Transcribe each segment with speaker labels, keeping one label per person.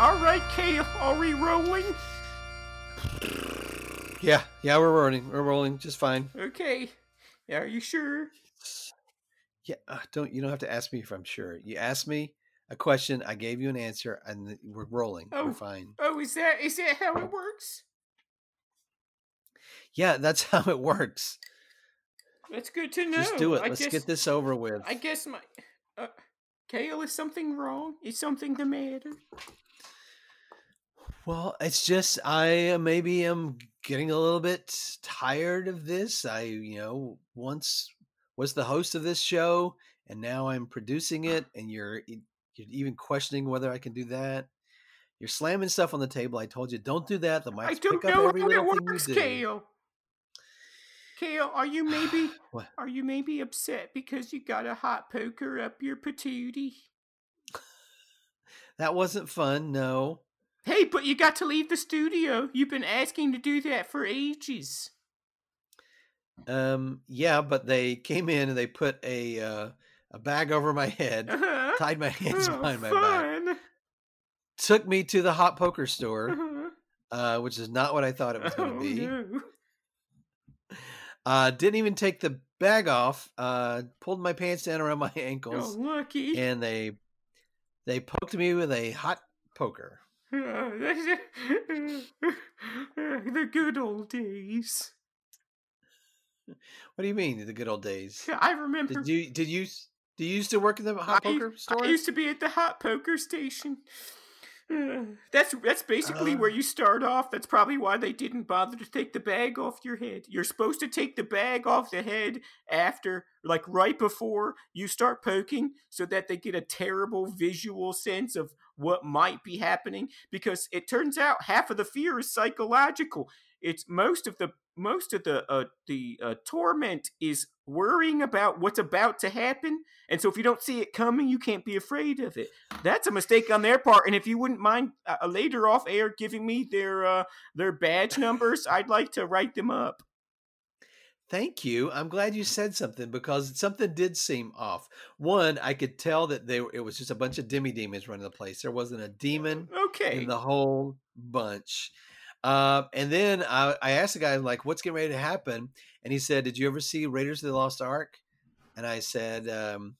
Speaker 1: All right, Kay, are we rolling?
Speaker 2: Yeah, yeah, we're rolling. We're rolling just fine.
Speaker 1: Okay. Are you sure?
Speaker 2: Yeah, uh, don't you don't have to ask me if I'm sure. You asked me a question, I gave you an answer, and th- we're rolling.
Speaker 1: Oh.
Speaker 2: We're fine.
Speaker 1: Oh, is that is that how it works?
Speaker 2: Yeah, that's how it works.
Speaker 1: That's good to know.
Speaker 2: just do it.
Speaker 1: I
Speaker 2: Let's
Speaker 1: guess,
Speaker 2: get this over with.
Speaker 1: I guess my uh, Kale is something wrong. Is something the matter?
Speaker 2: Well, it's just I maybe am getting a little bit tired of this. I, you know, once was the host of this show, and now I'm producing it, and you're e- you're even questioning whether I can do that. You're slamming stuff on the table. I told you don't do that. The mics
Speaker 1: I don't
Speaker 2: pick up
Speaker 1: know
Speaker 2: every
Speaker 1: how it
Speaker 2: little thing you
Speaker 1: works,
Speaker 2: do.
Speaker 1: Kale. Kale, are you maybe
Speaker 2: What?
Speaker 1: are you maybe upset because you got a hot poker up your patootie?
Speaker 2: That wasn't fun. No.
Speaker 1: Hey, but you got to leave the studio. You've been asking to do that for ages.
Speaker 2: Um. Yeah, but they came in and they put a uh, a bag over my head,
Speaker 1: Uh-huh.
Speaker 2: tied my hands
Speaker 1: Oh,
Speaker 2: behind my back,
Speaker 1: fun.
Speaker 2: took me to the hot poker store.
Speaker 1: Uh-huh.
Speaker 2: uh, which is not what I thought it was going to
Speaker 1: Oh,
Speaker 2: be.
Speaker 1: no.
Speaker 2: Uh, didn't even take the bag off. Uh, pulled my pants down around my
Speaker 1: Oh,
Speaker 2: ankles,
Speaker 1: lucky.
Speaker 2: and they they poked me with a hot poker.
Speaker 1: Uh, the good old days.
Speaker 2: What do you mean the good old days?
Speaker 1: I remember.
Speaker 2: Did you did you s- do you used to work in the hot
Speaker 1: I-
Speaker 2: poker store?
Speaker 1: I used to be at the hot poker station. Uh, that's that's basically where
Speaker 2: Ah.
Speaker 1: you start off. That's probably why they didn't bother to take the bag off your head. You're supposed to take the bag off the head after, like right before you start poking, so that they get a terrible visual sense of what might be happening. Because it turns out half of the fear is psychological. It's most of the most of the uh, the uh, torment is worrying about what's about to happen and so if you don't see it coming, you can't be afraid of it. That's a mistake on their part. And if you wouldn't mind uh, later off air giving me their uh, their badge numbers, I'd like to write them up.
Speaker 2: Thank you. I'm glad you said something because something did seem off. One, I could tell that they were, it was just a bunch of demi demons running the place. There wasn't a demon.
Speaker 1: Okay.
Speaker 2: in the whole bunch. Um, and then I, I asked the guy, like, what's getting ready to happen? And he said, Did you ever see Raiders of the Lost Ark? And I said, um,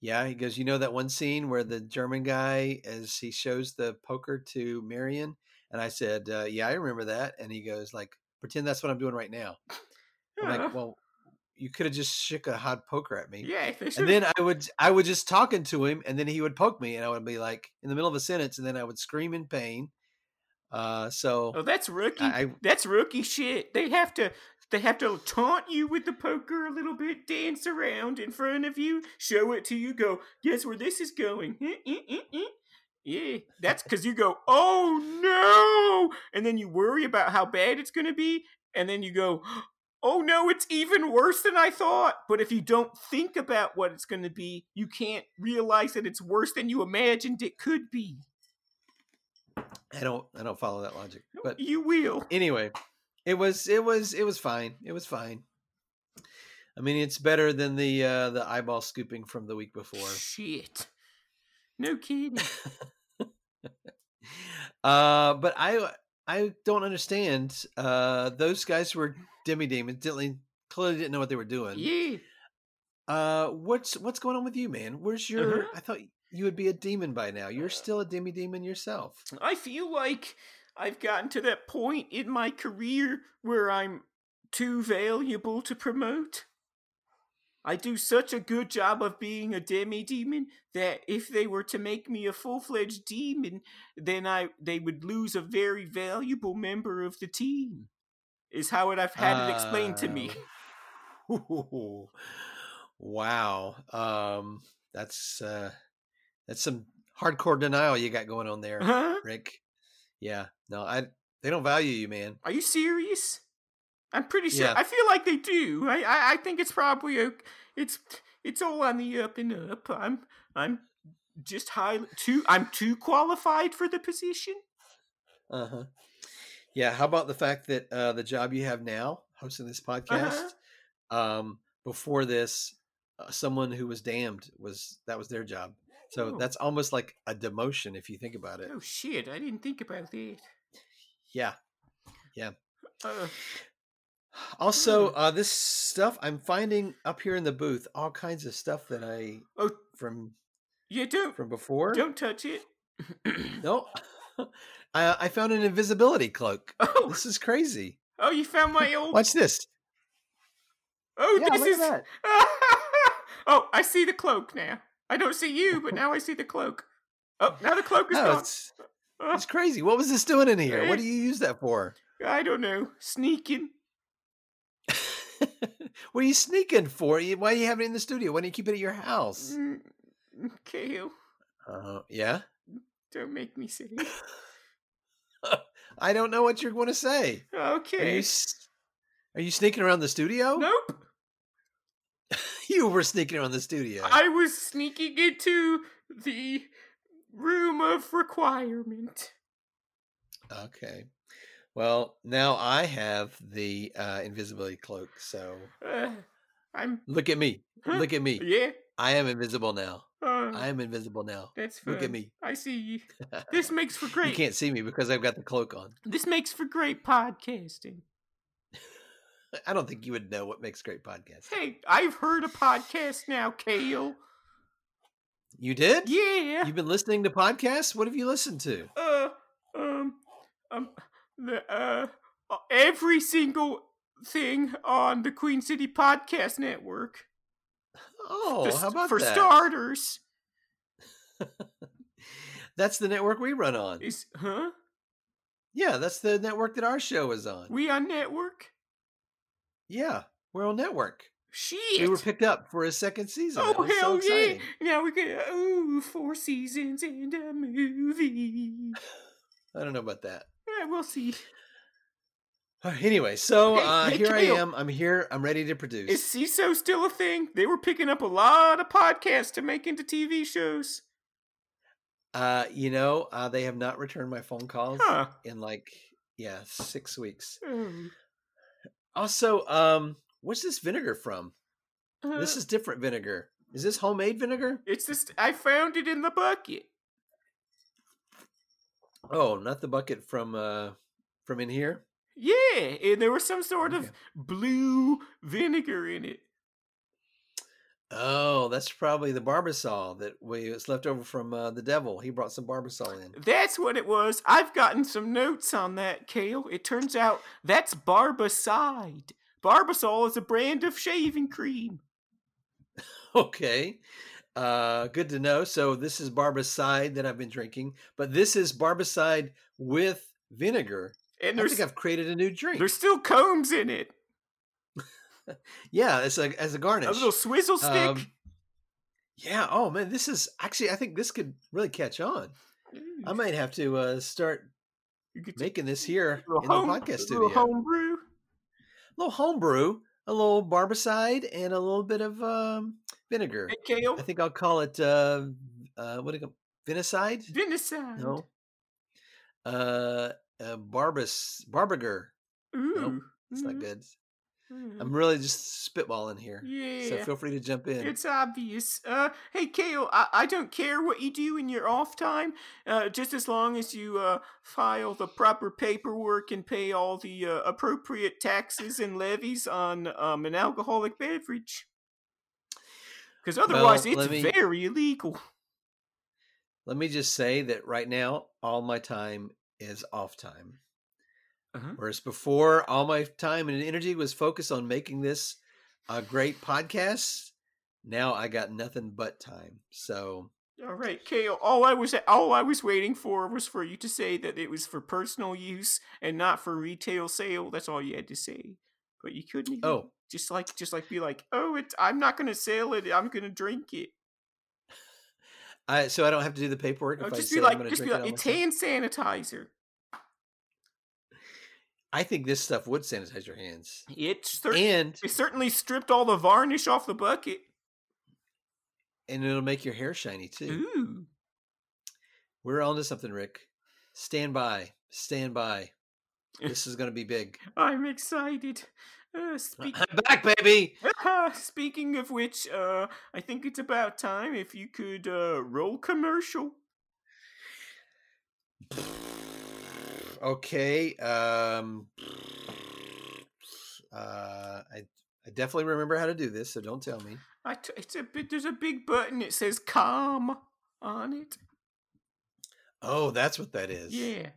Speaker 2: Yeah. He goes, You know that one scene where the German guy, as he shows the poker to Marion? And I said, uh, Yeah, I remember that. And he goes, like, pretend that's what I'm doing right now. I'm
Speaker 1: Huh.
Speaker 2: like, Well, you could have just shook a hot poker at me.
Speaker 1: yeah. They
Speaker 2: And
Speaker 1: should've-
Speaker 2: then I would I would just talking to him, and then he would poke me, and I would be like in the middle of a sentence, and then I would scream in pain. Uh, so
Speaker 1: oh, that's rookie.
Speaker 2: I- I-
Speaker 1: that's rookie shit. They have to. They have to taunt you with the poker a little bit, dance around in front of you, show it to you, go, guess where this is going? Eh, eh, eh, eh. Yeah, that's because you go, oh no, and then you worry about how bad it's going to be, and then you go, oh no, it's even worse than I thought. But if you don't think about what it's going to be, you can't realize that it's worse than you imagined it could be.
Speaker 2: I don't I don't follow that logic, but
Speaker 1: you will.
Speaker 2: anyway, it was it was it was fine. It was fine. I mean, it's better than the uh, the eyeball scooping from the week before.
Speaker 1: Shit. No kidding.
Speaker 2: Uh, but I I don't understand. Uh, those guys were demi demons. Didn't clearly didn't know what they were doing.
Speaker 1: yeah.
Speaker 2: Uh, what's what's going on with you, man? Where's your?
Speaker 1: Uh-huh.
Speaker 2: I thought you would be a demon by now. You're still a demi demon yourself.
Speaker 1: I feel like I've gotten to that point in my career where I'm too valuable to promote. I do such a good job of being a demi demon that if they were to make me a full fledged demon, then I they would lose a very valuable member of the team. Is how it I've had it explained
Speaker 2: Uh,
Speaker 1: to me.
Speaker 2: Um, wow. Um, that's uh, that's some hardcore denial you got going on there,
Speaker 1: Huh?
Speaker 2: Rick. Yeah. No, I they don't value you, man.
Speaker 1: Are you serious? I'm pretty sure.
Speaker 2: Yeah.
Speaker 1: I feel like they do. I, I, I think it's probably o it's it's all on the up and up. I'm I'm just high too. I'm too qualified for the position.
Speaker 2: Uh huh. Yeah. How about the fact that uh, the job you have now, hosting this
Speaker 1: Uh-huh.
Speaker 2: podcast, um, before this, uh, someone who was damned was that was their job. So
Speaker 1: Oh.
Speaker 2: that's almost like a demotion if you think about it.
Speaker 1: Oh shit! I didn't think about that.
Speaker 2: Yeah.
Speaker 1: Uh,
Speaker 2: Also,
Speaker 1: Mm.
Speaker 2: uh, this stuff I'm finding up here in the booth, all kinds of stuff that I
Speaker 1: oh
Speaker 2: from
Speaker 1: yeah, don't
Speaker 2: from before.
Speaker 1: don't touch it.
Speaker 2: No, I, I found an invisibility cloak.
Speaker 1: Oh
Speaker 2: This is crazy.
Speaker 1: oh, you found my old.
Speaker 2: Watch this.
Speaker 1: Oh,
Speaker 2: Yeah,
Speaker 1: this
Speaker 2: look at
Speaker 1: is.
Speaker 2: that.
Speaker 1: oh, I see the cloak now. I don't see you, but now I see the cloak. Oh, now the cloak is
Speaker 2: No,
Speaker 1: gone.
Speaker 2: it's,
Speaker 1: Uh,
Speaker 2: it's crazy. What was this doing in here? What do
Speaker 1: Eh.
Speaker 2: you use that for?
Speaker 1: I don't know. Sneaking.
Speaker 2: what are you sneaking for? You- Why do you have it in the studio? Why don't you keep it at your house?
Speaker 1: Mm, mm, Kale, Mm.
Speaker 2: Uh, yeah,
Speaker 1: don't make me say. it.
Speaker 2: I don't know what you're going to say. Are you
Speaker 1: Okay.
Speaker 2: s- are you sneaking around the studio?
Speaker 1: Nope.
Speaker 2: you were sneaking around the studio.
Speaker 1: I was sneaking into the room of requirement.
Speaker 2: Okay. Well, now I have the uh, invisibility cloak. So
Speaker 1: Uh, I'm.
Speaker 2: look at me.
Speaker 1: Huh?
Speaker 2: Look at me.
Speaker 1: Yeah.
Speaker 2: I am invisible now.
Speaker 1: Uh,
Speaker 2: I am invisible now.
Speaker 1: that's fun.
Speaker 2: Look at me.
Speaker 1: I see you. This makes for
Speaker 2: You
Speaker 1: great.
Speaker 2: can't see me because I've got the cloak on.
Speaker 1: This makes for great podcasting.
Speaker 2: I don't think you would know what makes great podcasts.
Speaker 1: Hey, I've heard a podcast now, Kale.
Speaker 2: You did?
Speaker 1: Yeah.
Speaker 2: You've been listening to podcasts? What have you listened to?
Speaker 1: Uh, um, um, the, uh, uh, every single thing on the Queen City Podcast Network.
Speaker 2: Oh,
Speaker 1: Just
Speaker 2: how about
Speaker 1: for
Speaker 2: that?
Speaker 1: starters,
Speaker 2: That's the network we run on.
Speaker 1: is huh?
Speaker 2: Yeah, that's the network that our show is on.
Speaker 1: We on network?
Speaker 2: yeah, we're on network.
Speaker 1: Shit!
Speaker 2: We were picked up for a second season.
Speaker 1: oh
Speaker 2: That was so
Speaker 1: hell yeah!
Speaker 2: exciting.
Speaker 1: Now we get ooh four seasons and a movie.
Speaker 2: I don't know about that.
Speaker 1: Yeah, we'll see.
Speaker 2: Uh, Anyway, so
Speaker 1: Hey,
Speaker 2: uh,
Speaker 1: hey,
Speaker 2: here I
Speaker 1: Camille.
Speaker 2: am. I'm here. I'm ready to produce.
Speaker 1: Is CISO still a thing? They were picking up a lot of podcasts to make into TV shows.
Speaker 2: Uh, you know, uh, they have not returned my phone calls
Speaker 1: Huh.
Speaker 2: in like yeah six weeks.
Speaker 1: Oh.
Speaker 2: Also, um, what's this vinegar from?
Speaker 1: Uh,
Speaker 2: This is different vinegar. Is this homemade vinegar?
Speaker 1: It's just I found it in the bucket.
Speaker 2: Oh, not the bucket from uh from in here.
Speaker 1: Yeah, and there was some sort of
Speaker 2: Okay.
Speaker 1: blue vinegar in it.
Speaker 2: Oh, that's probably the barbasol that we it's left over from uh, the devil. He brought some barbasol in.
Speaker 1: That's what it was. I've gotten some notes on that, Kale. It turns out that's Barbicide. Barbasol is a brand of shaving cream.
Speaker 2: Okay. Uh good to know. So this is barbicide that I've been drinking, but this is barbicide with vinegar.
Speaker 1: And
Speaker 2: I
Speaker 1: there's
Speaker 2: think I've created a new drink.
Speaker 1: there's still combs in it.
Speaker 2: Yeah, it's a as a garnish.
Speaker 1: A little swizzle stick.
Speaker 2: Um, yeah. Oh man, this is actually I think this could really catch on. I might have to uh start
Speaker 1: You could
Speaker 2: making this here
Speaker 1: a little
Speaker 2: in
Speaker 1: home-
Speaker 2: the podcast
Speaker 1: a
Speaker 2: studio.
Speaker 1: little homebrew.
Speaker 2: little homebrew, a little barbicide, and a little bit of um, vinegar.
Speaker 1: Hey, Kale.
Speaker 2: I think I'll call it uh, uh, what do you call vinicide?
Speaker 1: Venison.
Speaker 2: No, uh, uh, barbus barbiger.
Speaker 1: Ooh.
Speaker 2: It's not
Speaker 1: Mm,
Speaker 2: good.
Speaker 1: mm.
Speaker 2: I'm really just spitballing here.
Speaker 1: yeah.
Speaker 2: So feel free to jump in.
Speaker 1: It's obvious. Uh, hey, Kale, I, I don't care what you do in your off time, uh, just as long as you uh, file the proper paperwork and pay all the uh, appropriate taxes and levies on um, an alcoholic beverage. Because otherwise,
Speaker 2: Well,
Speaker 1: it's
Speaker 2: let me-
Speaker 1: very illegal.
Speaker 2: Let me just say that right now, all my time is off time.
Speaker 1: Uh-huh.
Speaker 2: Whereas before, all my time and energy was focused on making this a great podcast Now I got nothing but time. So
Speaker 1: All right, Kale. All I was all I was waiting for was for you to say that it was for personal use and not for retail sale. That's all you had to say. But you couldn't. even-
Speaker 2: oh,
Speaker 1: just like just like be like, oh, it's I'm not gonna sell it. I'm gonna drink it.
Speaker 2: I so I don't have to do the paperwork.
Speaker 1: Or
Speaker 2: If I
Speaker 1: Oh, just
Speaker 2: say
Speaker 1: be
Speaker 2: I'm
Speaker 1: like,
Speaker 2: going to
Speaker 1: just
Speaker 2: drink
Speaker 1: be
Speaker 2: it
Speaker 1: like,
Speaker 2: all
Speaker 1: it's
Speaker 2: myself?
Speaker 1: hand sanitizer.
Speaker 2: I think this stuff would sanitize your hands.
Speaker 1: It's cer-
Speaker 2: And
Speaker 1: it certainly stripped all the varnish off the bucket.
Speaker 2: and it'll make your hair shiny too.
Speaker 1: Mm-hmm. Ooh,
Speaker 2: We're on to something, Rick. Stand by. Stand by. This is going to be big.
Speaker 1: I'm excited. Uh, speak-
Speaker 2: I'm back, baby.
Speaker 1: speaking of which, uh, I think it's about time if you could uh, roll commercial.
Speaker 2: Okay. Um uh I I definitely remember how to do this, so don't tell me.
Speaker 1: I t- it's a bit. There's a big button. It says "calm" on it.
Speaker 2: Oh, that's what that is.
Speaker 1: Yeah.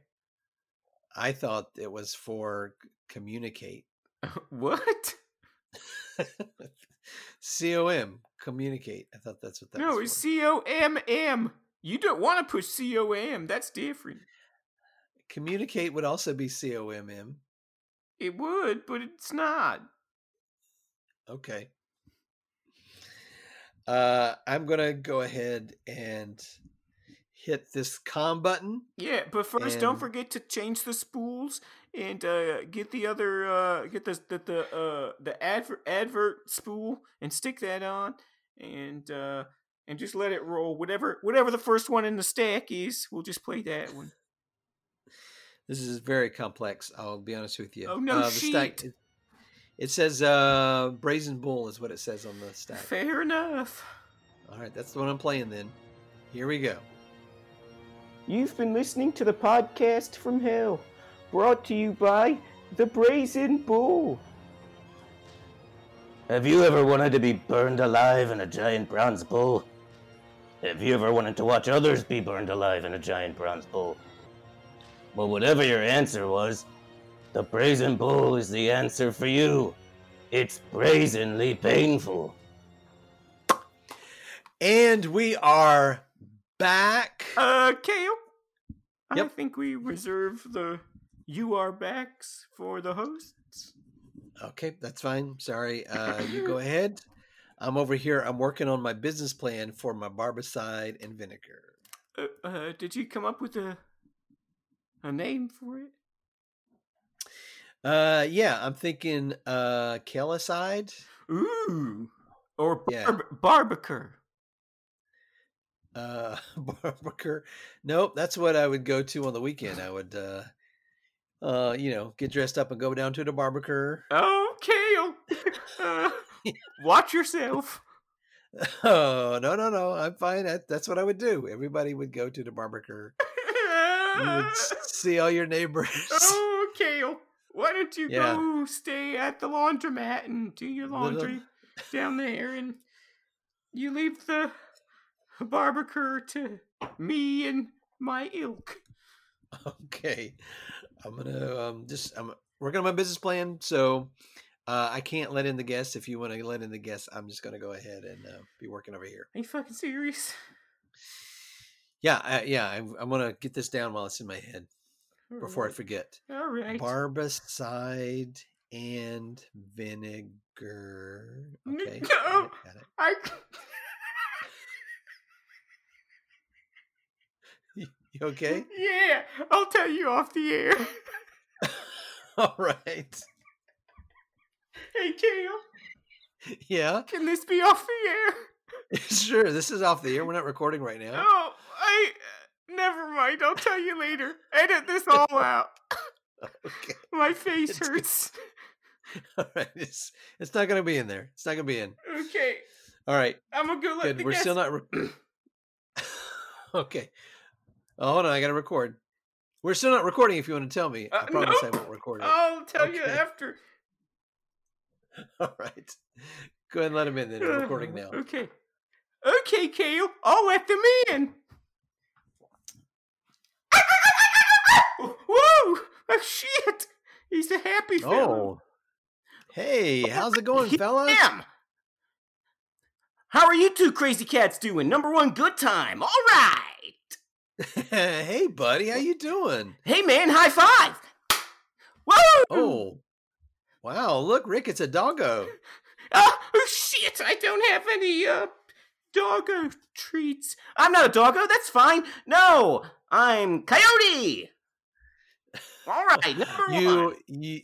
Speaker 2: I thought it was for c- communicate.
Speaker 1: what?
Speaker 2: C O M communicate. I thought that's what that
Speaker 1: no,
Speaker 2: was.
Speaker 1: it's
Speaker 2: for.
Speaker 1: C O M M. You don't want to push C O M. That's different.
Speaker 2: communicate would also be C O M M.
Speaker 1: It would, but it's not.
Speaker 2: Okay. Uh, I'm gonna go ahead and hit this com button.
Speaker 1: Yeah, but first, don't
Speaker 2: And-
Speaker 1: forget to change the spools and uh, get the other uh, get the the the, uh, the advert advert spool and stick that on and uh, and just let it roll. Whatever whatever the first one in the stack is, we'll just play that one.
Speaker 2: This is very complex. I'll be honest with you.
Speaker 1: Oh, no
Speaker 2: uh, the stack,
Speaker 1: shit.
Speaker 2: it, it says uh, "brazen bull" is what it says on the stack.
Speaker 1: Fair enough.
Speaker 2: All right, that's the one I'm playing. Then, here we go.
Speaker 1: You've been listening to the podcast from Hell, brought to you by the Brazen Bull.
Speaker 3: Have you ever wanted to be burned alive in a giant bronze bull? Have you ever wanted to watch others be burned alive in a giant bronze bull? Well, whatever your answer was, the brazen bull is the answer for you. It's brazenly painful.
Speaker 2: And we are back.
Speaker 1: Uh, Kale. I
Speaker 2: Yep.
Speaker 1: think we reserve the you are backs for the hosts.
Speaker 2: Okay, that's fine. Sorry. Uh, you go ahead. I'm over here. I'm working on my business plan for my barbicide and vinegar.
Speaker 1: Uh, uh, did you come up with a a name for it?
Speaker 2: Uh, yeah, I'm thinking uh calicide.
Speaker 1: Ooh, or
Speaker 2: Yeah.
Speaker 1: barb- barbaker.
Speaker 2: Uh, barbecuer. Nope, that's what I would go to on the weekend. I would, uh, uh, you know, get dressed up and go down to the barbecuer.
Speaker 1: Oh, Kale. uh, watch yourself.
Speaker 2: oh no, no, no, I'm fine. That, that's what I would do. Everybody would go to the barbecuer. You would s- see all your neighbors.
Speaker 1: oh, Kale. Why don't you
Speaker 2: Yeah.
Speaker 1: go stay at the laundromat and do your
Speaker 2: Little-
Speaker 1: laundry down there, and you leave the barbaker to me and my ilk.
Speaker 2: Okay, I'm gonna um, just I'm working on my business plan, so uh, I can't let in the guests. If you want to let in the guests, I'm just gonna go ahead and uh, be working over here.
Speaker 1: Are you fucking serious?
Speaker 2: Yeah, I, yeah, I'm, I'm gonna get this down while it's in my head before I forget.
Speaker 1: All right.
Speaker 2: Barbicide and vinegar.
Speaker 1: N-
Speaker 2: Okay,
Speaker 1: no.
Speaker 2: got it, got it.
Speaker 1: I,
Speaker 2: You okay?
Speaker 1: Yeah, I'll tell you off the air.
Speaker 2: All right.
Speaker 1: Hey, Kale,
Speaker 2: Yeah,
Speaker 1: can this be off the air?
Speaker 2: sure. This is off the air. We're not recording right now.
Speaker 1: Oh, I. uh, Never mind, I'll tell you later. Edit this all out.
Speaker 2: Okay.
Speaker 1: My face
Speaker 2: It's-
Speaker 1: hurts.
Speaker 2: All right. It's it's not gonna be in there. It's not gonna be in.
Speaker 1: Okay,
Speaker 2: All right.
Speaker 1: I'm gonna go let
Speaker 2: Good.
Speaker 1: the
Speaker 2: We're
Speaker 1: guests
Speaker 2: still not. Re- okay. Oh, hold on. I got to record. We're still not recording if you want to tell me. I
Speaker 1: Uh,
Speaker 2: promise I
Speaker 1: nope.
Speaker 2: won't record it.
Speaker 1: I'll tell you
Speaker 2: Okay.
Speaker 1: after.
Speaker 2: All right. Go ahead and let him in then. We're recording now.
Speaker 1: Okay. Okay, Kale, I'll let them in. Whoa! Oh, shit! He's a happy fellow.
Speaker 2: Oh. Hey, Oh. how's it going,
Speaker 1: Oh, Yeah.
Speaker 2: fellas?
Speaker 1: Damn! How are you two crazy cats doing? Number one, good time. All right.
Speaker 2: hey, buddy, how you doing?
Speaker 1: Hey, man, high five. Whoa!
Speaker 2: Oh, wow! Look, Rick, it's a doggo.
Speaker 1: Ah, oh, shit, I don't have any, uh, doggo treats. I'm not a doggo, that's fine. No, I'm Coyote. All right, number
Speaker 2: You
Speaker 1: one.
Speaker 2: you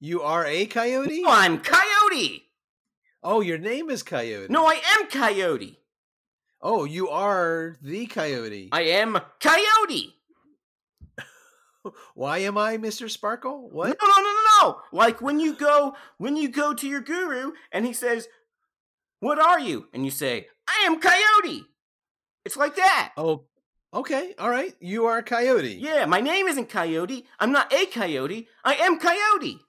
Speaker 2: you are a coyote.
Speaker 1: No, I'm Coyote.
Speaker 2: Oh, your name is Coyote.
Speaker 1: No, I am Coyote.
Speaker 2: Oh, you are the coyote.
Speaker 1: I am Coyote.
Speaker 2: Why am I Mr. Sparkle? What?
Speaker 1: No, no, no, no, no. Like when you go, when you go to your guru and he says, "What are you?" and you say, "I am Coyote." It's like that.
Speaker 2: Oh, okay, all right. You are a coyote.
Speaker 1: Yeah, my name isn't Coyote. I'm not a coyote. I am Coyote.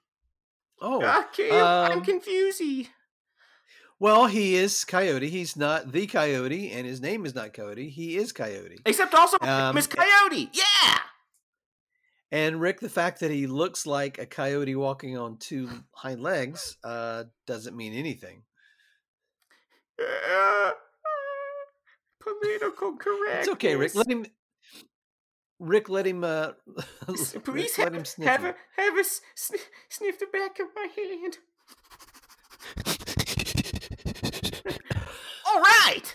Speaker 2: Oh,
Speaker 1: Ah, Cam, I'm
Speaker 2: um,
Speaker 1: confused.
Speaker 2: well, he is coyote. He's not the coyote, and his name is not coyote. He is coyote.
Speaker 1: Except also
Speaker 2: um,
Speaker 1: Miss Coyote. Yeah.
Speaker 2: And Rick, the fact that he looks like a coyote walking on two hind legs uh, doesn't mean anything.
Speaker 1: Uh, political correct.
Speaker 2: It's okay, Rick. Let him. Rick, let him. Uh, Rick,
Speaker 1: Please
Speaker 2: let
Speaker 1: have,
Speaker 2: him sniff.
Speaker 1: have
Speaker 2: you.
Speaker 1: a have a s- sn- sniff the back of my hand. All right,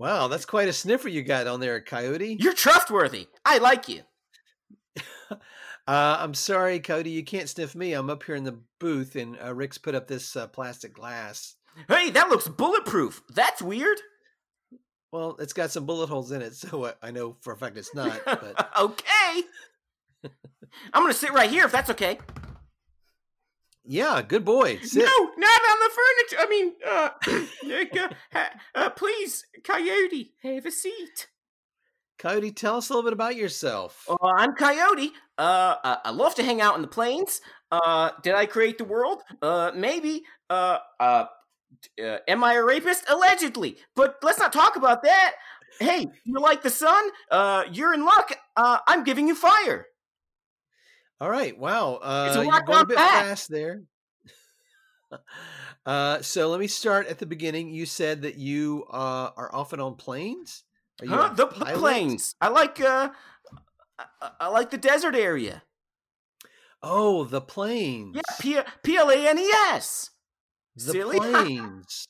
Speaker 2: Wow, that's quite a sniffer you got on there, coyote.
Speaker 1: you're trustworthy. I like you.
Speaker 2: Uh, I'm sorry, Cody. You can't sniff me. I'm up here in the booth, and uh, Rick's put up this uh, plastic glass.
Speaker 1: Hey, that looks bulletproof. That's weird.
Speaker 2: Well, it's got some bullet holes in it, so I, I know for a fact it's not. But
Speaker 1: okay. I'm gonna sit right here if that's okay.
Speaker 2: yeah, good boy. Sit.
Speaker 1: No, not on the furniture. I mean, uh, Nick, uh, ha- uh, please, Coyote, have a seat.
Speaker 2: Cody, tell us a little bit about yourself.
Speaker 1: Uh, I'm Coyote. Uh, I-, I love to hang out in the plains. Uh, did I create the world? Uh, maybe. Uh, uh, d- uh, am I a rapist? Allegedly. But let's not talk about that. Hey, you like the sun? Uh, you're in luck. Uh, I'm giving you fire.
Speaker 2: All right. Wow. Uh,
Speaker 1: It's a
Speaker 2: you're
Speaker 1: lot
Speaker 2: going a
Speaker 1: gone
Speaker 2: bit
Speaker 1: back.
Speaker 2: fast there. uh, so let me start at the beginning. You said that you uh, are often on planes. Are you
Speaker 1: Huh?
Speaker 2: a
Speaker 1: The, the
Speaker 2: pilot?
Speaker 1: plains. I like. Uh, I- I-, I like the desert area.
Speaker 2: Oh, the planes.
Speaker 1: Yeah, P P L A N E S.
Speaker 2: the
Speaker 1: silly.
Speaker 2: plains.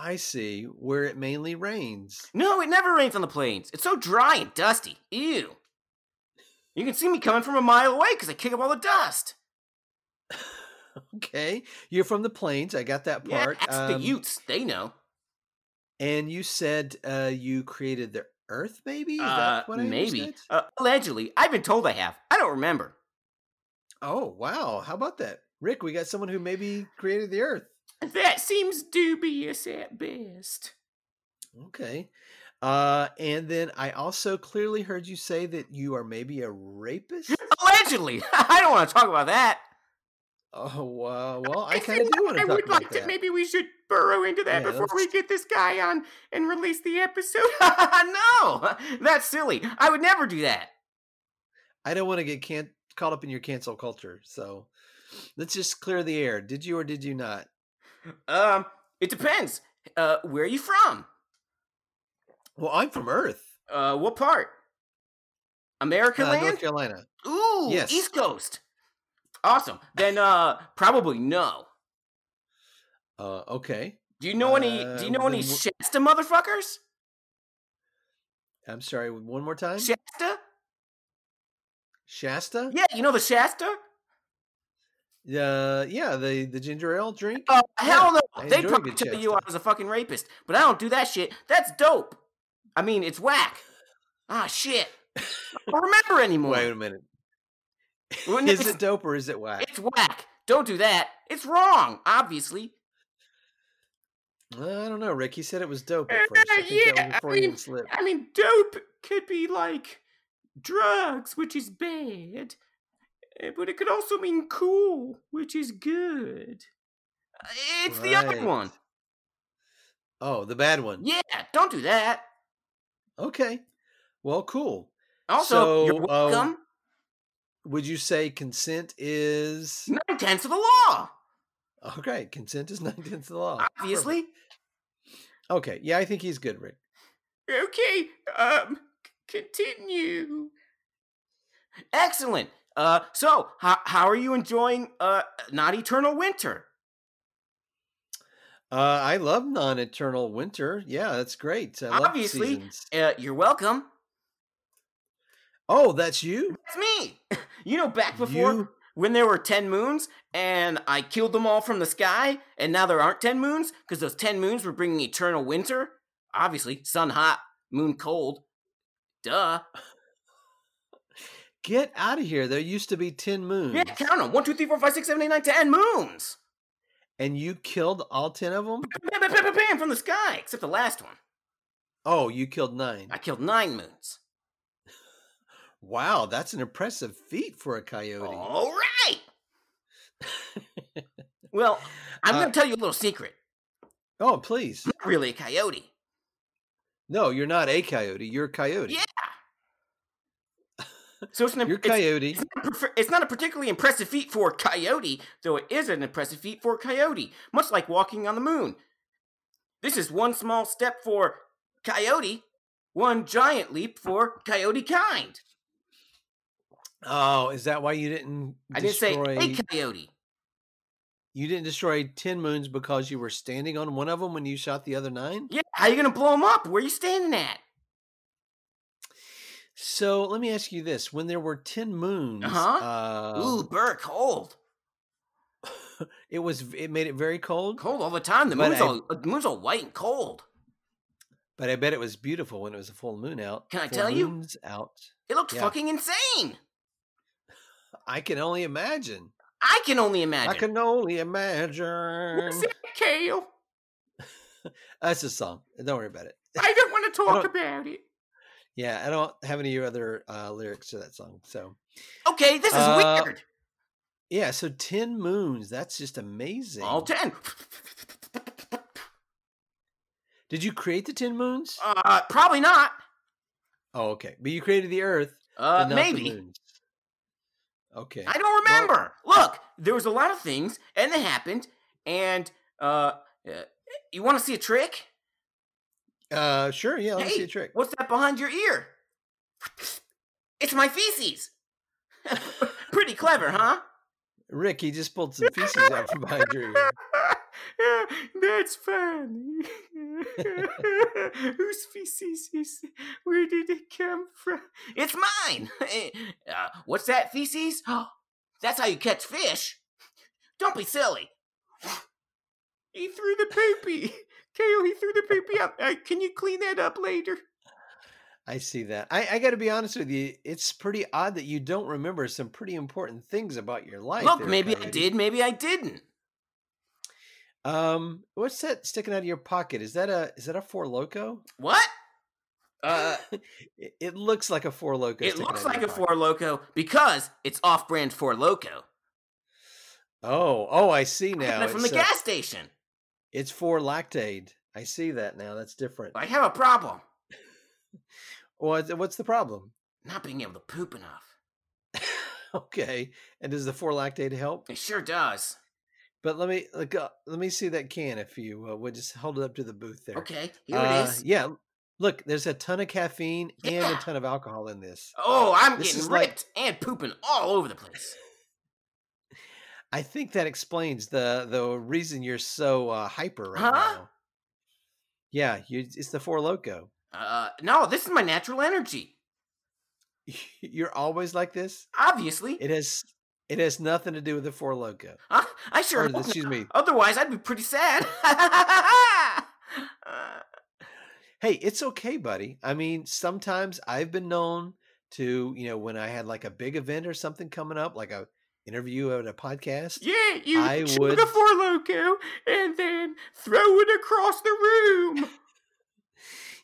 Speaker 2: I see where it mainly rains.
Speaker 1: No, it never rains on the plains. It's so dry and dusty. Ew. You can see me coming from a mile away because I kick up all the dust.
Speaker 2: Okay, you're from the plains. I got that
Speaker 1: Yeah,
Speaker 2: part.
Speaker 1: ask the
Speaker 2: Um,
Speaker 1: Utes. They know.
Speaker 2: And you said uh, you created the Earth, maybe? Is
Speaker 1: Uh,
Speaker 2: that what I
Speaker 1: maybe.
Speaker 2: understood?
Speaker 1: Uh, allegedly. I've been told I have. I don't remember.
Speaker 2: Oh wow! How about that, Rick? We got someone who maybe created the Earth.
Speaker 1: That seems dubious at best.
Speaker 2: Okay. Uh, and then I also clearly heard you say that you are maybe a rapist.
Speaker 1: Allegedly. I don't want to talk about that.
Speaker 2: Oh wow! Well, I kind of
Speaker 1: think
Speaker 2: do want to
Speaker 1: I
Speaker 2: talk
Speaker 1: would
Speaker 2: about
Speaker 1: like
Speaker 2: that.
Speaker 1: to. Maybe we should burrow into that
Speaker 2: Yeah,
Speaker 1: before
Speaker 2: let's-
Speaker 1: we get this guy on and release the episode. no, that's silly. I would never do that.
Speaker 2: I don't want to get can- caught up in your cancel culture. So let's just clear the air. Did you or did you not?
Speaker 1: Um, it depends. Uh, where are you from?
Speaker 2: Well, I'm from Earth,
Speaker 1: Uh, what part? America
Speaker 2: uh, North
Speaker 1: land?
Speaker 2: Carolina.
Speaker 1: Ooh,
Speaker 2: Yes.
Speaker 1: East Coast. Awesome. Then, uh, probably no.
Speaker 2: Uh, okay.
Speaker 1: Do you know any? Do you
Speaker 2: Uh,
Speaker 1: know any
Speaker 2: then wh-
Speaker 1: Shasta motherfuckers?
Speaker 2: I'm sorry. One more time.
Speaker 1: Shasta?
Speaker 2: Shasta.
Speaker 1: Yeah, you know the Shasta?
Speaker 2: Yeah. Uh, yeah. The the ginger ale drink.
Speaker 1: Oh hell no!
Speaker 2: I
Speaker 1: They
Speaker 2: enjoy a
Speaker 1: probably
Speaker 2: good
Speaker 1: tell you I
Speaker 2: Shasta.
Speaker 1: was a fucking rapist, but I don't do that shit. That's dope. I mean, it's whack. Ah shit. I don't remember anymore.
Speaker 2: Wait a minute.
Speaker 1: When
Speaker 2: Is
Speaker 1: it's-
Speaker 2: it dope or is it whack?
Speaker 1: It's whack. Don't do that. It's wrong, obviously.
Speaker 2: Uh, I don't know, Rick. He said it was dope
Speaker 1: Uh,
Speaker 2: at first. I think that
Speaker 1: yeah,
Speaker 2: was
Speaker 1: I
Speaker 2: before he
Speaker 1: mean,
Speaker 2: even slipped.
Speaker 1: I mean, dope could be like drugs, which is bad, eh, but it could also mean cool, which is good. Uh, It's the other
Speaker 2: Right.
Speaker 1: one.
Speaker 2: Oh, the bad one.
Speaker 1: Yeah, don't do that.
Speaker 2: Okay. Well, cool.
Speaker 1: Also, you're
Speaker 2: So, um,
Speaker 1: welcome.
Speaker 2: Would you say consent is
Speaker 1: Mm.
Speaker 2: Oh,
Speaker 1: Nine tenths of the law.
Speaker 2: Okay, consent is nine tenths of the law.
Speaker 1: Obviously.
Speaker 2: Perfect. Okay, yeah, I think he's good, Rick.
Speaker 1: Okay, um, c- continue. Excellent. Uh, so how how are you enjoying uh not eternal winter?
Speaker 2: Uh, I love non-eternal winter. Yeah, that's great. I love
Speaker 1: Obviously.
Speaker 2: seasons.
Speaker 1: Uh, you're welcome.
Speaker 2: Oh, that's you.
Speaker 1: It's me. You know, back before
Speaker 2: You-
Speaker 1: when there were ten moons, and I killed them all from the sky, and now there aren't ten moons because those ten moons were bringing eternal winter. Obviously, sun hot, moon cold. Duh.
Speaker 2: Get out of here. There used to be ten moons,
Speaker 1: Yeah, count them. One, two, three, four, five, six, seven, eight, nine, ten moons.
Speaker 2: and you killed all ten of them.
Speaker 1: Bam, bam, bam, bam, bam, from the sky, except the last one.
Speaker 2: Oh, you killed nine.
Speaker 1: I killed nine moons.
Speaker 2: Wow, that's an impressive feat for a coyote.
Speaker 1: All right. well, I'm
Speaker 2: Uh,
Speaker 1: going to tell you a little secret.
Speaker 2: Oh, please.
Speaker 1: I'm not really a coyote.
Speaker 2: No, you're not a coyote. You're a coyote.
Speaker 1: Yeah. So it's, an,
Speaker 2: You're
Speaker 1: it's,
Speaker 2: coyote.
Speaker 1: it's not a prefer- it's not a particularly impressive feat for a coyote, though it is an impressive feat for a coyote, much like walking on the moon. This is one small step for coyote, one giant leap for coyote kind.
Speaker 2: Oh, is that why you didn't
Speaker 1: I didn't say
Speaker 2: destroy
Speaker 1: a coyote.
Speaker 2: you didn't destroy 10 moons because you were standing on one of them when you shot the other nine?
Speaker 1: Yeah, how you going to blow him up? Where you standing at?
Speaker 2: So, let me ask you this, when there were 10 moons,
Speaker 1: Uh-huh. Ooh,
Speaker 2: um,
Speaker 1: Burr, cold.
Speaker 2: it was it made it very cold,
Speaker 1: Cold all the time. The
Speaker 2: But
Speaker 1: moon's,
Speaker 2: I-
Speaker 1: all, the moon's all white and cold.
Speaker 2: but I bet it was beautiful when it was a full moon out.
Speaker 1: Can I
Speaker 2: Full
Speaker 1: tell you?
Speaker 2: moons out.
Speaker 1: It looks
Speaker 2: Yeah.
Speaker 1: fucking insane.
Speaker 2: I can only imagine.
Speaker 1: I can only
Speaker 2: I
Speaker 1: imagine.
Speaker 2: can um, only imagine.
Speaker 1: What's that, Kale?
Speaker 2: That's a song. Don't worry about it.
Speaker 1: I don't want to
Speaker 2: I
Speaker 1: talk
Speaker 2: don't-
Speaker 1: about it.
Speaker 2: Yeah, I don't have any other uh, lyrics to that song. So,
Speaker 1: Okay, this is
Speaker 2: Uh,
Speaker 1: weird.
Speaker 2: yeah, so 10 moons, that's just amazing.
Speaker 1: All ten.
Speaker 2: Did you create the 10 moons?
Speaker 1: Uh, probably not.
Speaker 2: oh, okay. But you created the earth,
Speaker 1: Uh,
Speaker 2: but not the
Speaker 1: maybe.
Speaker 2: moons. Okay.
Speaker 1: I don't remember. Look, there was a lot of things, and they happened. And uh, uh, you want to see a trick?
Speaker 2: Uh, sure. Yeah, let me see
Speaker 1: Hey,
Speaker 2: a trick.
Speaker 1: What's that behind your ear? It's my feces. Pretty clever, huh?
Speaker 2: Rick, he just pulled some feces out from behind your ear.
Speaker 1: That's funny. Whose feces is? Where did it come from? It's mine. Uh, what's that feces? That's how you catch fish. Don't be silly. He threw the poopy. Kale, he threw the poopy out. Uh, can you clean that up later?
Speaker 2: I see that. I, I got to be honest with you. It's pretty odd that you don't remember some pretty important things about your life.
Speaker 1: Look,
Speaker 2: there,
Speaker 1: maybe I
Speaker 2: Coyote.
Speaker 1: did, maybe I didn't.
Speaker 2: Um, what's that sticking out of your pocket? Is that a is that a four loco?
Speaker 1: What? Uh,
Speaker 2: it, it looks like a four loco.
Speaker 1: it
Speaker 2: sticking
Speaker 1: looks
Speaker 2: out of
Speaker 1: like a
Speaker 2: your
Speaker 1: Four Loco because it's off-brand Four Loco.
Speaker 2: pocket. Oh, oh, I see
Speaker 1: I got
Speaker 2: now.
Speaker 1: it from the
Speaker 2: it's, uh,
Speaker 1: gas station.
Speaker 2: it's four lactate. I see that now. That's different.
Speaker 1: I have a problem
Speaker 2: What what's the problem?
Speaker 1: not being able to poop enough.
Speaker 2: Okay, and does the four lactate help?
Speaker 1: It sure does.
Speaker 2: But let me look up, let me see that can if you uh, would just hold it up to the booth there.
Speaker 1: Okay, here
Speaker 2: Uh,
Speaker 1: it is.
Speaker 2: Yeah, look, there's a ton of caffeine and a
Speaker 1: Yeah.
Speaker 2: ton of alcohol in this.
Speaker 1: Oh, I'm
Speaker 2: this
Speaker 1: getting
Speaker 2: is
Speaker 1: ripped
Speaker 2: like-
Speaker 1: and pooping all over the place.
Speaker 2: I think that explains the the reason you're so uh, hyper right
Speaker 1: Huh?
Speaker 2: now. Yeah, you, it's the four loco.
Speaker 1: Uh, no, this is my natural energy.
Speaker 2: You're always like this.
Speaker 1: Obviously,
Speaker 2: It has it has nothing to do with the four loco.
Speaker 1: Huh? I sure.
Speaker 2: Or,
Speaker 1: hope
Speaker 2: excuse
Speaker 1: not.
Speaker 2: me.
Speaker 1: Otherwise, I'd be pretty sad. Uh,
Speaker 2: Hey, it's okay, buddy. I mean, sometimes I've been known to, you know, when I had like a big event or something coming up, like a interview at a podcast.
Speaker 1: yeah, you
Speaker 2: I
Speaker 1: shoot
Speaker 2: would-
Speaker 1: a four loco and then throw it across the room.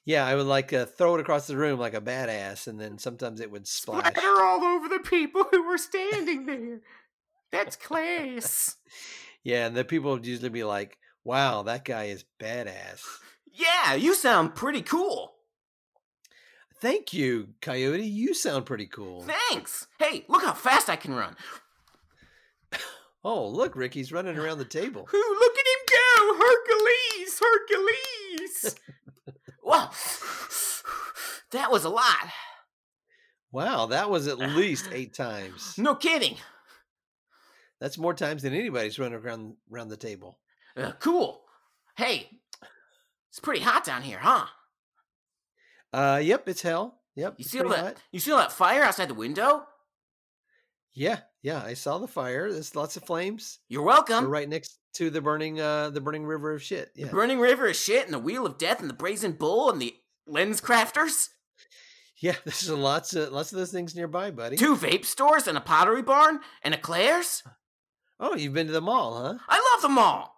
Speaker 2: Yeah, I would like uh, throw it across the room like a badass, and then sometimes it would splash.
Speaker 1: Splatter all over the people who were standing there. That's class.
Speaker 2: Yeah, and the people would usually be like, "Wow, that guy is badass."
Speaker 1: Yeah, you sound pretty cool.
Speaker 2: Thank you, Coyote. You sound pretty cool.
Speaker 1: Thanks. Hey, look how fast I can run.
Speaker 2: Oh, look, Ricky's running around the table.
Speaker 1: Who? Look at him go, Hercules, Hercules. wow, that was a lot.
Speaker 2: Wow, that was at least eight times.
Speaker 1: No kidding.
Speaker 2: That's more times than anybody's running around around the table.
Speaker 1: Uh, cool. Hey, it's pretty hot down here, huh?
Speaker 2: Uh, yep, it's hell. Yep.
Speaker 1: You
Speaker 2: it's
Speaker 1: see all
Speaker 2: pretty
Speaker 1: that?
Speaker 2: hot.
Speaker 1: You see all that fire outside the window?
Speaker 2: Yeah, yeah. I saw the fire. There's lots of flames.
Speaker 1: You're
Speaker 2: We're
Speaker 1: welcome.
Speaker 2: right next to the burning, uh, the burning river of shit. Yeah.
Speaker 1: Burning river of shit, and the wheel of death, and the brazen bull, and the lens crafters.
Speaker 2: Yeah, there's a lots of lots of those things nearby, buddy.
Speaker 1: Two vape stores, and a pottery barn, and eclairs.
Speaker 2: Oh, you've been to the mall, huh?
Speaker 1: I love them all.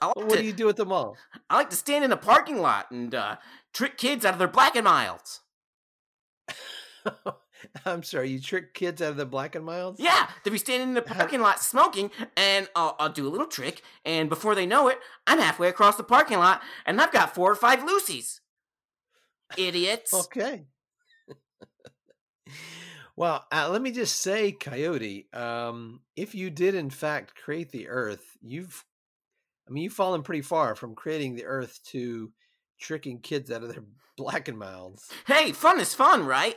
Speaker 1: I like,
Speaker 2: Well, what
Speaker 1: to,
Speaker 2: do you do at the mall?
Speaker 1: I like to stand in a parking lot and uh, trick kids out of their black and milds.
Speaker 2: I'm sorry, you trick kids out of the black and milds?
Speaker 1: Yeah, they'll be standing in the
Speaker 2: How-
Speaker 1: parking lot smoking, and I'll, I'll do a little trick, and before they know it, I'm halfway across the parking lot, and I've got four or five Lucy's. Idiots.
Speaker 2: Okay. well, uh, let me just say, Coyote, um, if you did in fact create the Earth, you've, I mean, you've fallen pretty far from creating the Earth to tricking kids out of their black and milds.
Speaker 1: Hey, fun is fun, right?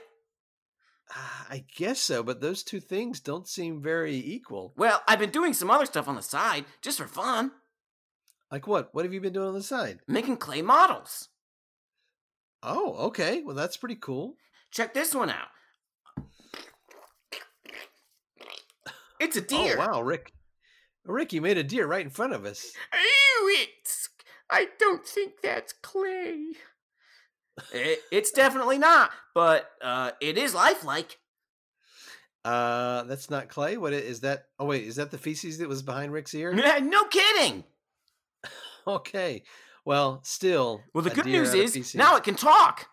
Speaker 2: Ah, I guess so, but those two things don't seem very equal.
Speaker 1: Well, I've been doing some other stuff on the side, just for fun,
Speaker 2: Like what? What have you been doing on the side?
Speaker 1: making clay models.
Speaker 2: Oh, okay. Well, that's pretty cool.
Speaker 1: Check this one out. It's a deer.
Speaker 2: Oh, wow, Rick. Rick, you made a deer right in front of us.
Speaker 1: Ew, it's. I don't think that's clay. It, it's definitely not, but uh, it is lifelike.
Speaker 2: Uh, that's not clay. What i- is that? Oh wait, is that the feces that was behind Rick's ear?
Speaker 1: no kidding.
Speaker 2: okay. Well, still.
Speaker 1: Well, the
Speaker 2: a
Speaker 1: good
Speaker 2: deer
Speaker 1: news
Speaker 2: out of
Speaker 1: is
Speaker 2: feces.
Speaker 1: now it can talk.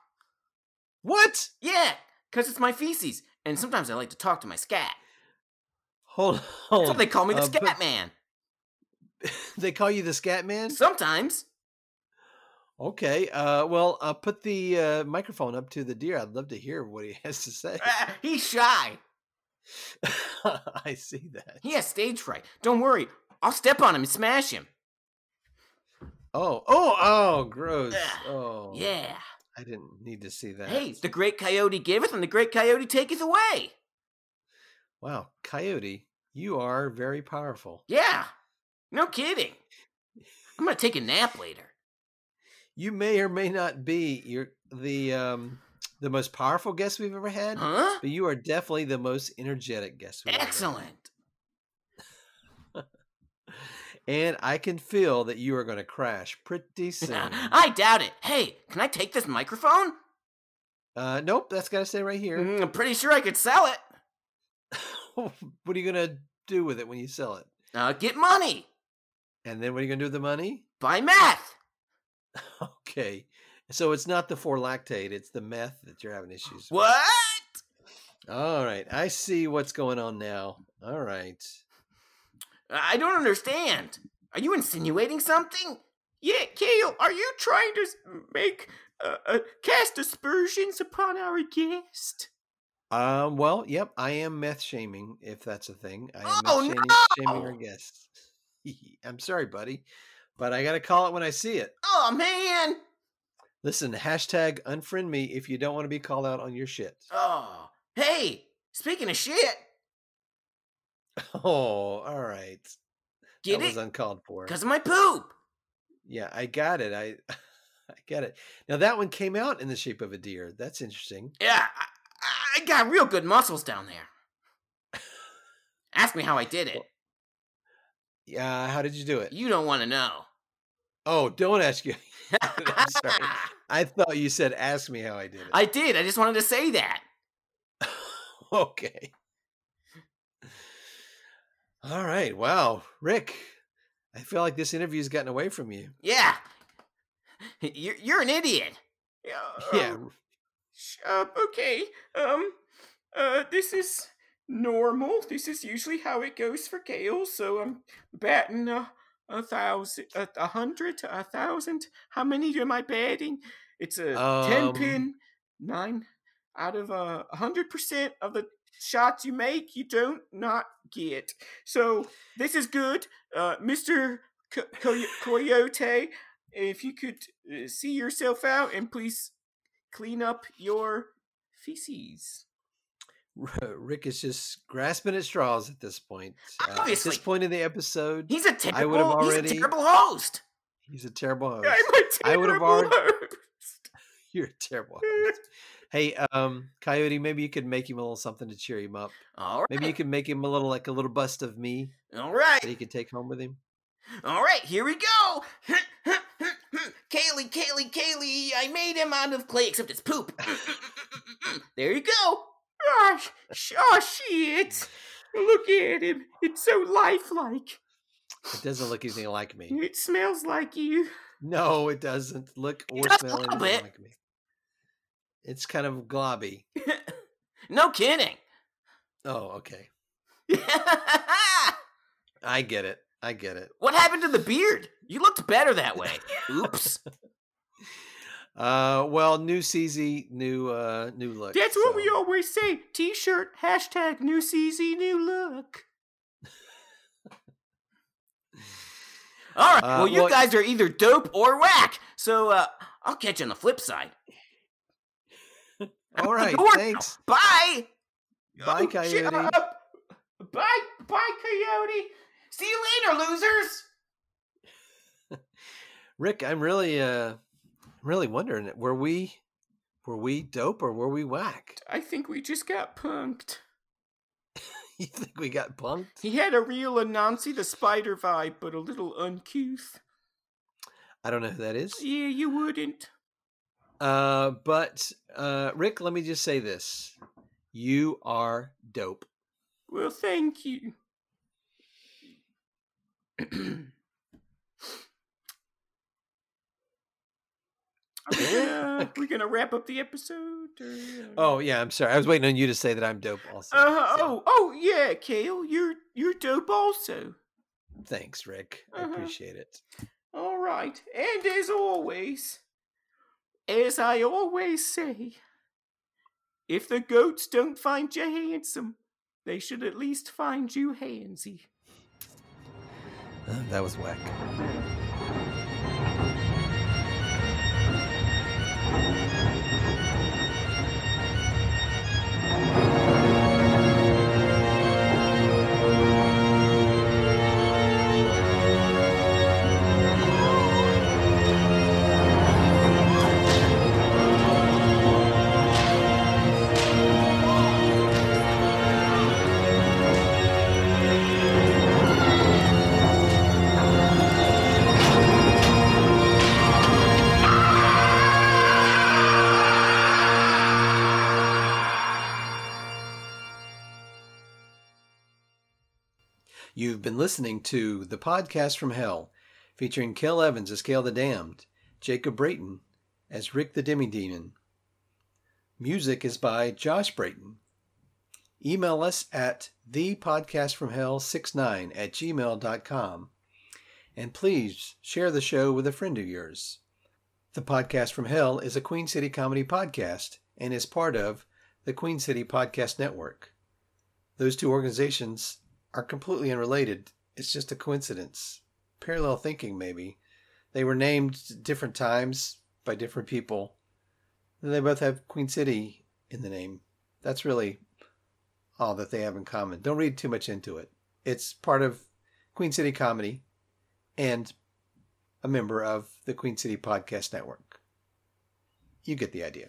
Speaker 2: what?
Speaker 1: Yeah, because it's my feces, and sometimes I like to talk to my scat.
Speaker 2: Hold
Speaker 1: That's
Speaker 2: on.
Speaker 1: why they call me the
Speaker 2: Uh,
Speaker 1: scat
Speaker 2: but-
Speaker 1: man.
Speaker 2: they call you the Scat Man.
Speaker 1: Sometimes.
Speaker 2: Okay. Uh, well, uh, put the uh, microphone up to the deer. I'd love to hear what he has to say.
Speaker 1: Ah, he's shy. Ah.
Speaker 2: I see that.
Speaker 1: He has stage fright. Don't worry, I'll step on him and smash him.
Speaker 2: Oh, oh, oh, gross.
Speaker 1: Ugh,
Speaker 2: Oh,
Speaker 1: Ah, Yeah.
Speaker 2: I didn't need to see that.
Speaker 1: Hey, the great coyote giveth and the great coyote taketh away.
Speaker 2: Wow, Coyote, you are very powerful.
Speaker 1: Yeah. No kidding. I'm gonna take a nap later.
Speaker 2: You may or may not be your the um the most powerful guest we've ever had,
Speaker 1: Huh?
Speaker 2: but you are definitely the most energetic guest. We've ever had.
Speaker 1: Excellent.
Speaker 2: And I can feel that you are going to crash
Speaker 1: Uh,
Speaker 2: pretty soon.
Speaker 1: I doubt it. Hey, can I take this microphone?
Speaker 2: uh, nope, that's got to stay right here.
Speaker 1: Mm, I'm pretty sure I could sell it. Mm-hmm.
Speaker 2: what are you going to do with it when you sell it?
Speaker 1: Uh, get money.
Speaker 2: And then what are you going to do with the money?
Speaker 1: Buy meth.
Speaker 2: Okay. So it's not the four lactate, it's the meth that you're having issues with.
Speaker 1: What?
Speaker 2: All right. I see what's going on now. All right.
Speaker 1: I I don't understand. Are you insinuating something? Yeah, Kale, are you trying to s- make uh, uh, cast aspersions upon our guest?
Speaker 2: Um, well, yep, I am meth shaming, if that's a thing. I am
Speaker 1: Oh,
Speaker 2: meth shaming, shaming our
Speaker 1: no!
Speaker 2: guests. I'm sorry, buddy, but I gotta call it when I see it.
Speaker 1: Oh man.
Speaker 2: Listen, hashtag unfriend me if you don't want to be called out on your shit.
Speaker 1: Oh. Hey, speaking of shit,
Speaker 2: Oh, all right.
Speaker 1: get
Speaker 2: that was
Speaker 1: it?
Speaker 2: uncalled for.
Speaker 1: Cuz of my poop.
Speaker 2: Yeah, I got it. I I get it. Now that one came out in the shape of a deer. That's interesting.
Speaker 1: Yeah, I, I got real good muscles down there. Ask me how I did it.
Speaker 2: Yeah, how did you do it?
Speaker 1: You don't want to know.
Speaker 2: Oh, don't ask you. I'm sorry. I thought you said ask me how I did it.
Speaker 1: I did. I just wanted to say that.
Speaker 2: okay. All right. Wow, Rick. I feel like this interview's gotten away from you.
Speaker 1: Yeah. You're, you're an idiot.
Speaker 2: Yeah.
Speaker 1: um, Uh, okay. Um. Uh. This is normal. This is usually how it goes for Gale. So I'm batting a, a thousand, a, a hundred, a thousand. How many am I batting? It's a ten
Speaker 2: Um,
Speaker 1: pin, nine out of a hundred percent of the shots you make, you don't not get. So this is good, uh, Mister Co- Co- Coyote. If you could uh, see yourself out and please clean up your feces.
Speaker 2: Rick is just grasping at straws at this point. Uh, at
Speaker 1: Obviously.
Speaker 2: this point in the episode,
Speaker 1: He's a
Speaker 2: I would've
Speaker 1: terrible. He's a
Speaker 2: already-
Speaker 1: terrible host.
Speaker 2: he's a terrible host.
Speaker 1: I'm a
Speaker 2: I would've
Speaker 1: terrible
Speaker 2: already-
Speaker 1: host.
Speaker 2: You're a terrible host. hey, um, Coyote, maybe you could make him a little something to cheer him up.
Speaker 1: All right.
Speaker 2: Maybe you could make him a little like a little bust of me
Speaker 1: All right.
Speaker 2: that he could take home with him.
Speaker 1: All right, here we go. Kaylee, Kaylee, Kaylee, I made him out of clay, except it's poop. there you go. Oh, sh- oh, shit. Look at him. It's so lifelike.
Speaker 2: It doesn't look anything like me.
Speaker 1: It smells like you.
Speaker 2: No, it doesn't look or
Speaker 1: does a
Speaker 2: smell
Speaker 1: little
Speaker 2: anything
Speaker 1: bit.
Speaker 2: like me. It's kind of globby.
Speaker 1: No kidding.
Speaker 2: Oh, okay. I get it. I get it.
Speaker 1: what happened to the beard? You looked better that way. Oops.
Speaker 2: Uh, well, new CZ, new uh, new look.
Speaker 1: That's what we
Speaker 2: so-
Speaker 1: always say. T-shirt, hashtag new CZ, new look. All right.
Speaker 2: Uh,
Speaker 1: well, you
Speaker 2: well-
Speaker 1: guys are either dope or whack. So uh, I'll catch you on the flip side.
Speaker 2: All right,
Speaker 1: door now.
Speaker 2: thanks.
Speaker 1: Bye.
Speaker 2: Bye,
Speaker 1: Oh, shit, uh,
Speaker 2: Coyote.
Speaker 1: uh, bye, bye, Coyote. See you later, losers.
Speaker 2: Rick, I'm really, uh, really wondering, were we, were we dope or were we whack?
Speaker 1: I think we just got punked.
Speaker 2: You think we got punked?
Speaker 1: He had a real Anansi the Spider vibe, but a little uncouth.
Speaker 2: I don't know who that is.
Speaker 1: Yeah, you wouldn't.
Speaker 2: Uh, but uh, Rick, let me just say this: you are dope.
Speaker 1: Well, thank you. Uh, we're gonna wrap up the episode. or-
Speaker 2: Oh yeah, I'm sorry. I was waiting on you to say that I'm dope. Also,
Speaker 1: Uh,
Speaker 2: so
Speaker 1: oh, oh yeah, Kale, you're you're dope also.
Speaker 2: thanks, Rick.
Speaker 1: Uh-huh.
Speaker 2: I appreciate it.
Speaker 1: All right, and as always, as I always say, if the goats don't find you handsome, they should at least find you handsy.
Speaker 2: Uh, That was whack. You've been listening to The Podcast from Hell, featuring Kel Evans as Kale the Damned, Jacob Brayton as Rick the Demidemon. Music is by Josh Brayton. Email us at thepodcastfromhell69 at gmail.com. And please share the show with a friend of yours. The Podcast from Hell is a Queen City comedy podcast and is part of the Queen City Podcast Network. Those two organizations are completely unrelated. It's just a coincidence. Parallel thinking, maybe. They were named different times by different people. And they both have Queen City in the name. That's really all that they have in common. Don't read too much into it. It's part of Queen City Comedy and a member of the Queen City Podcast Network. You get the idea.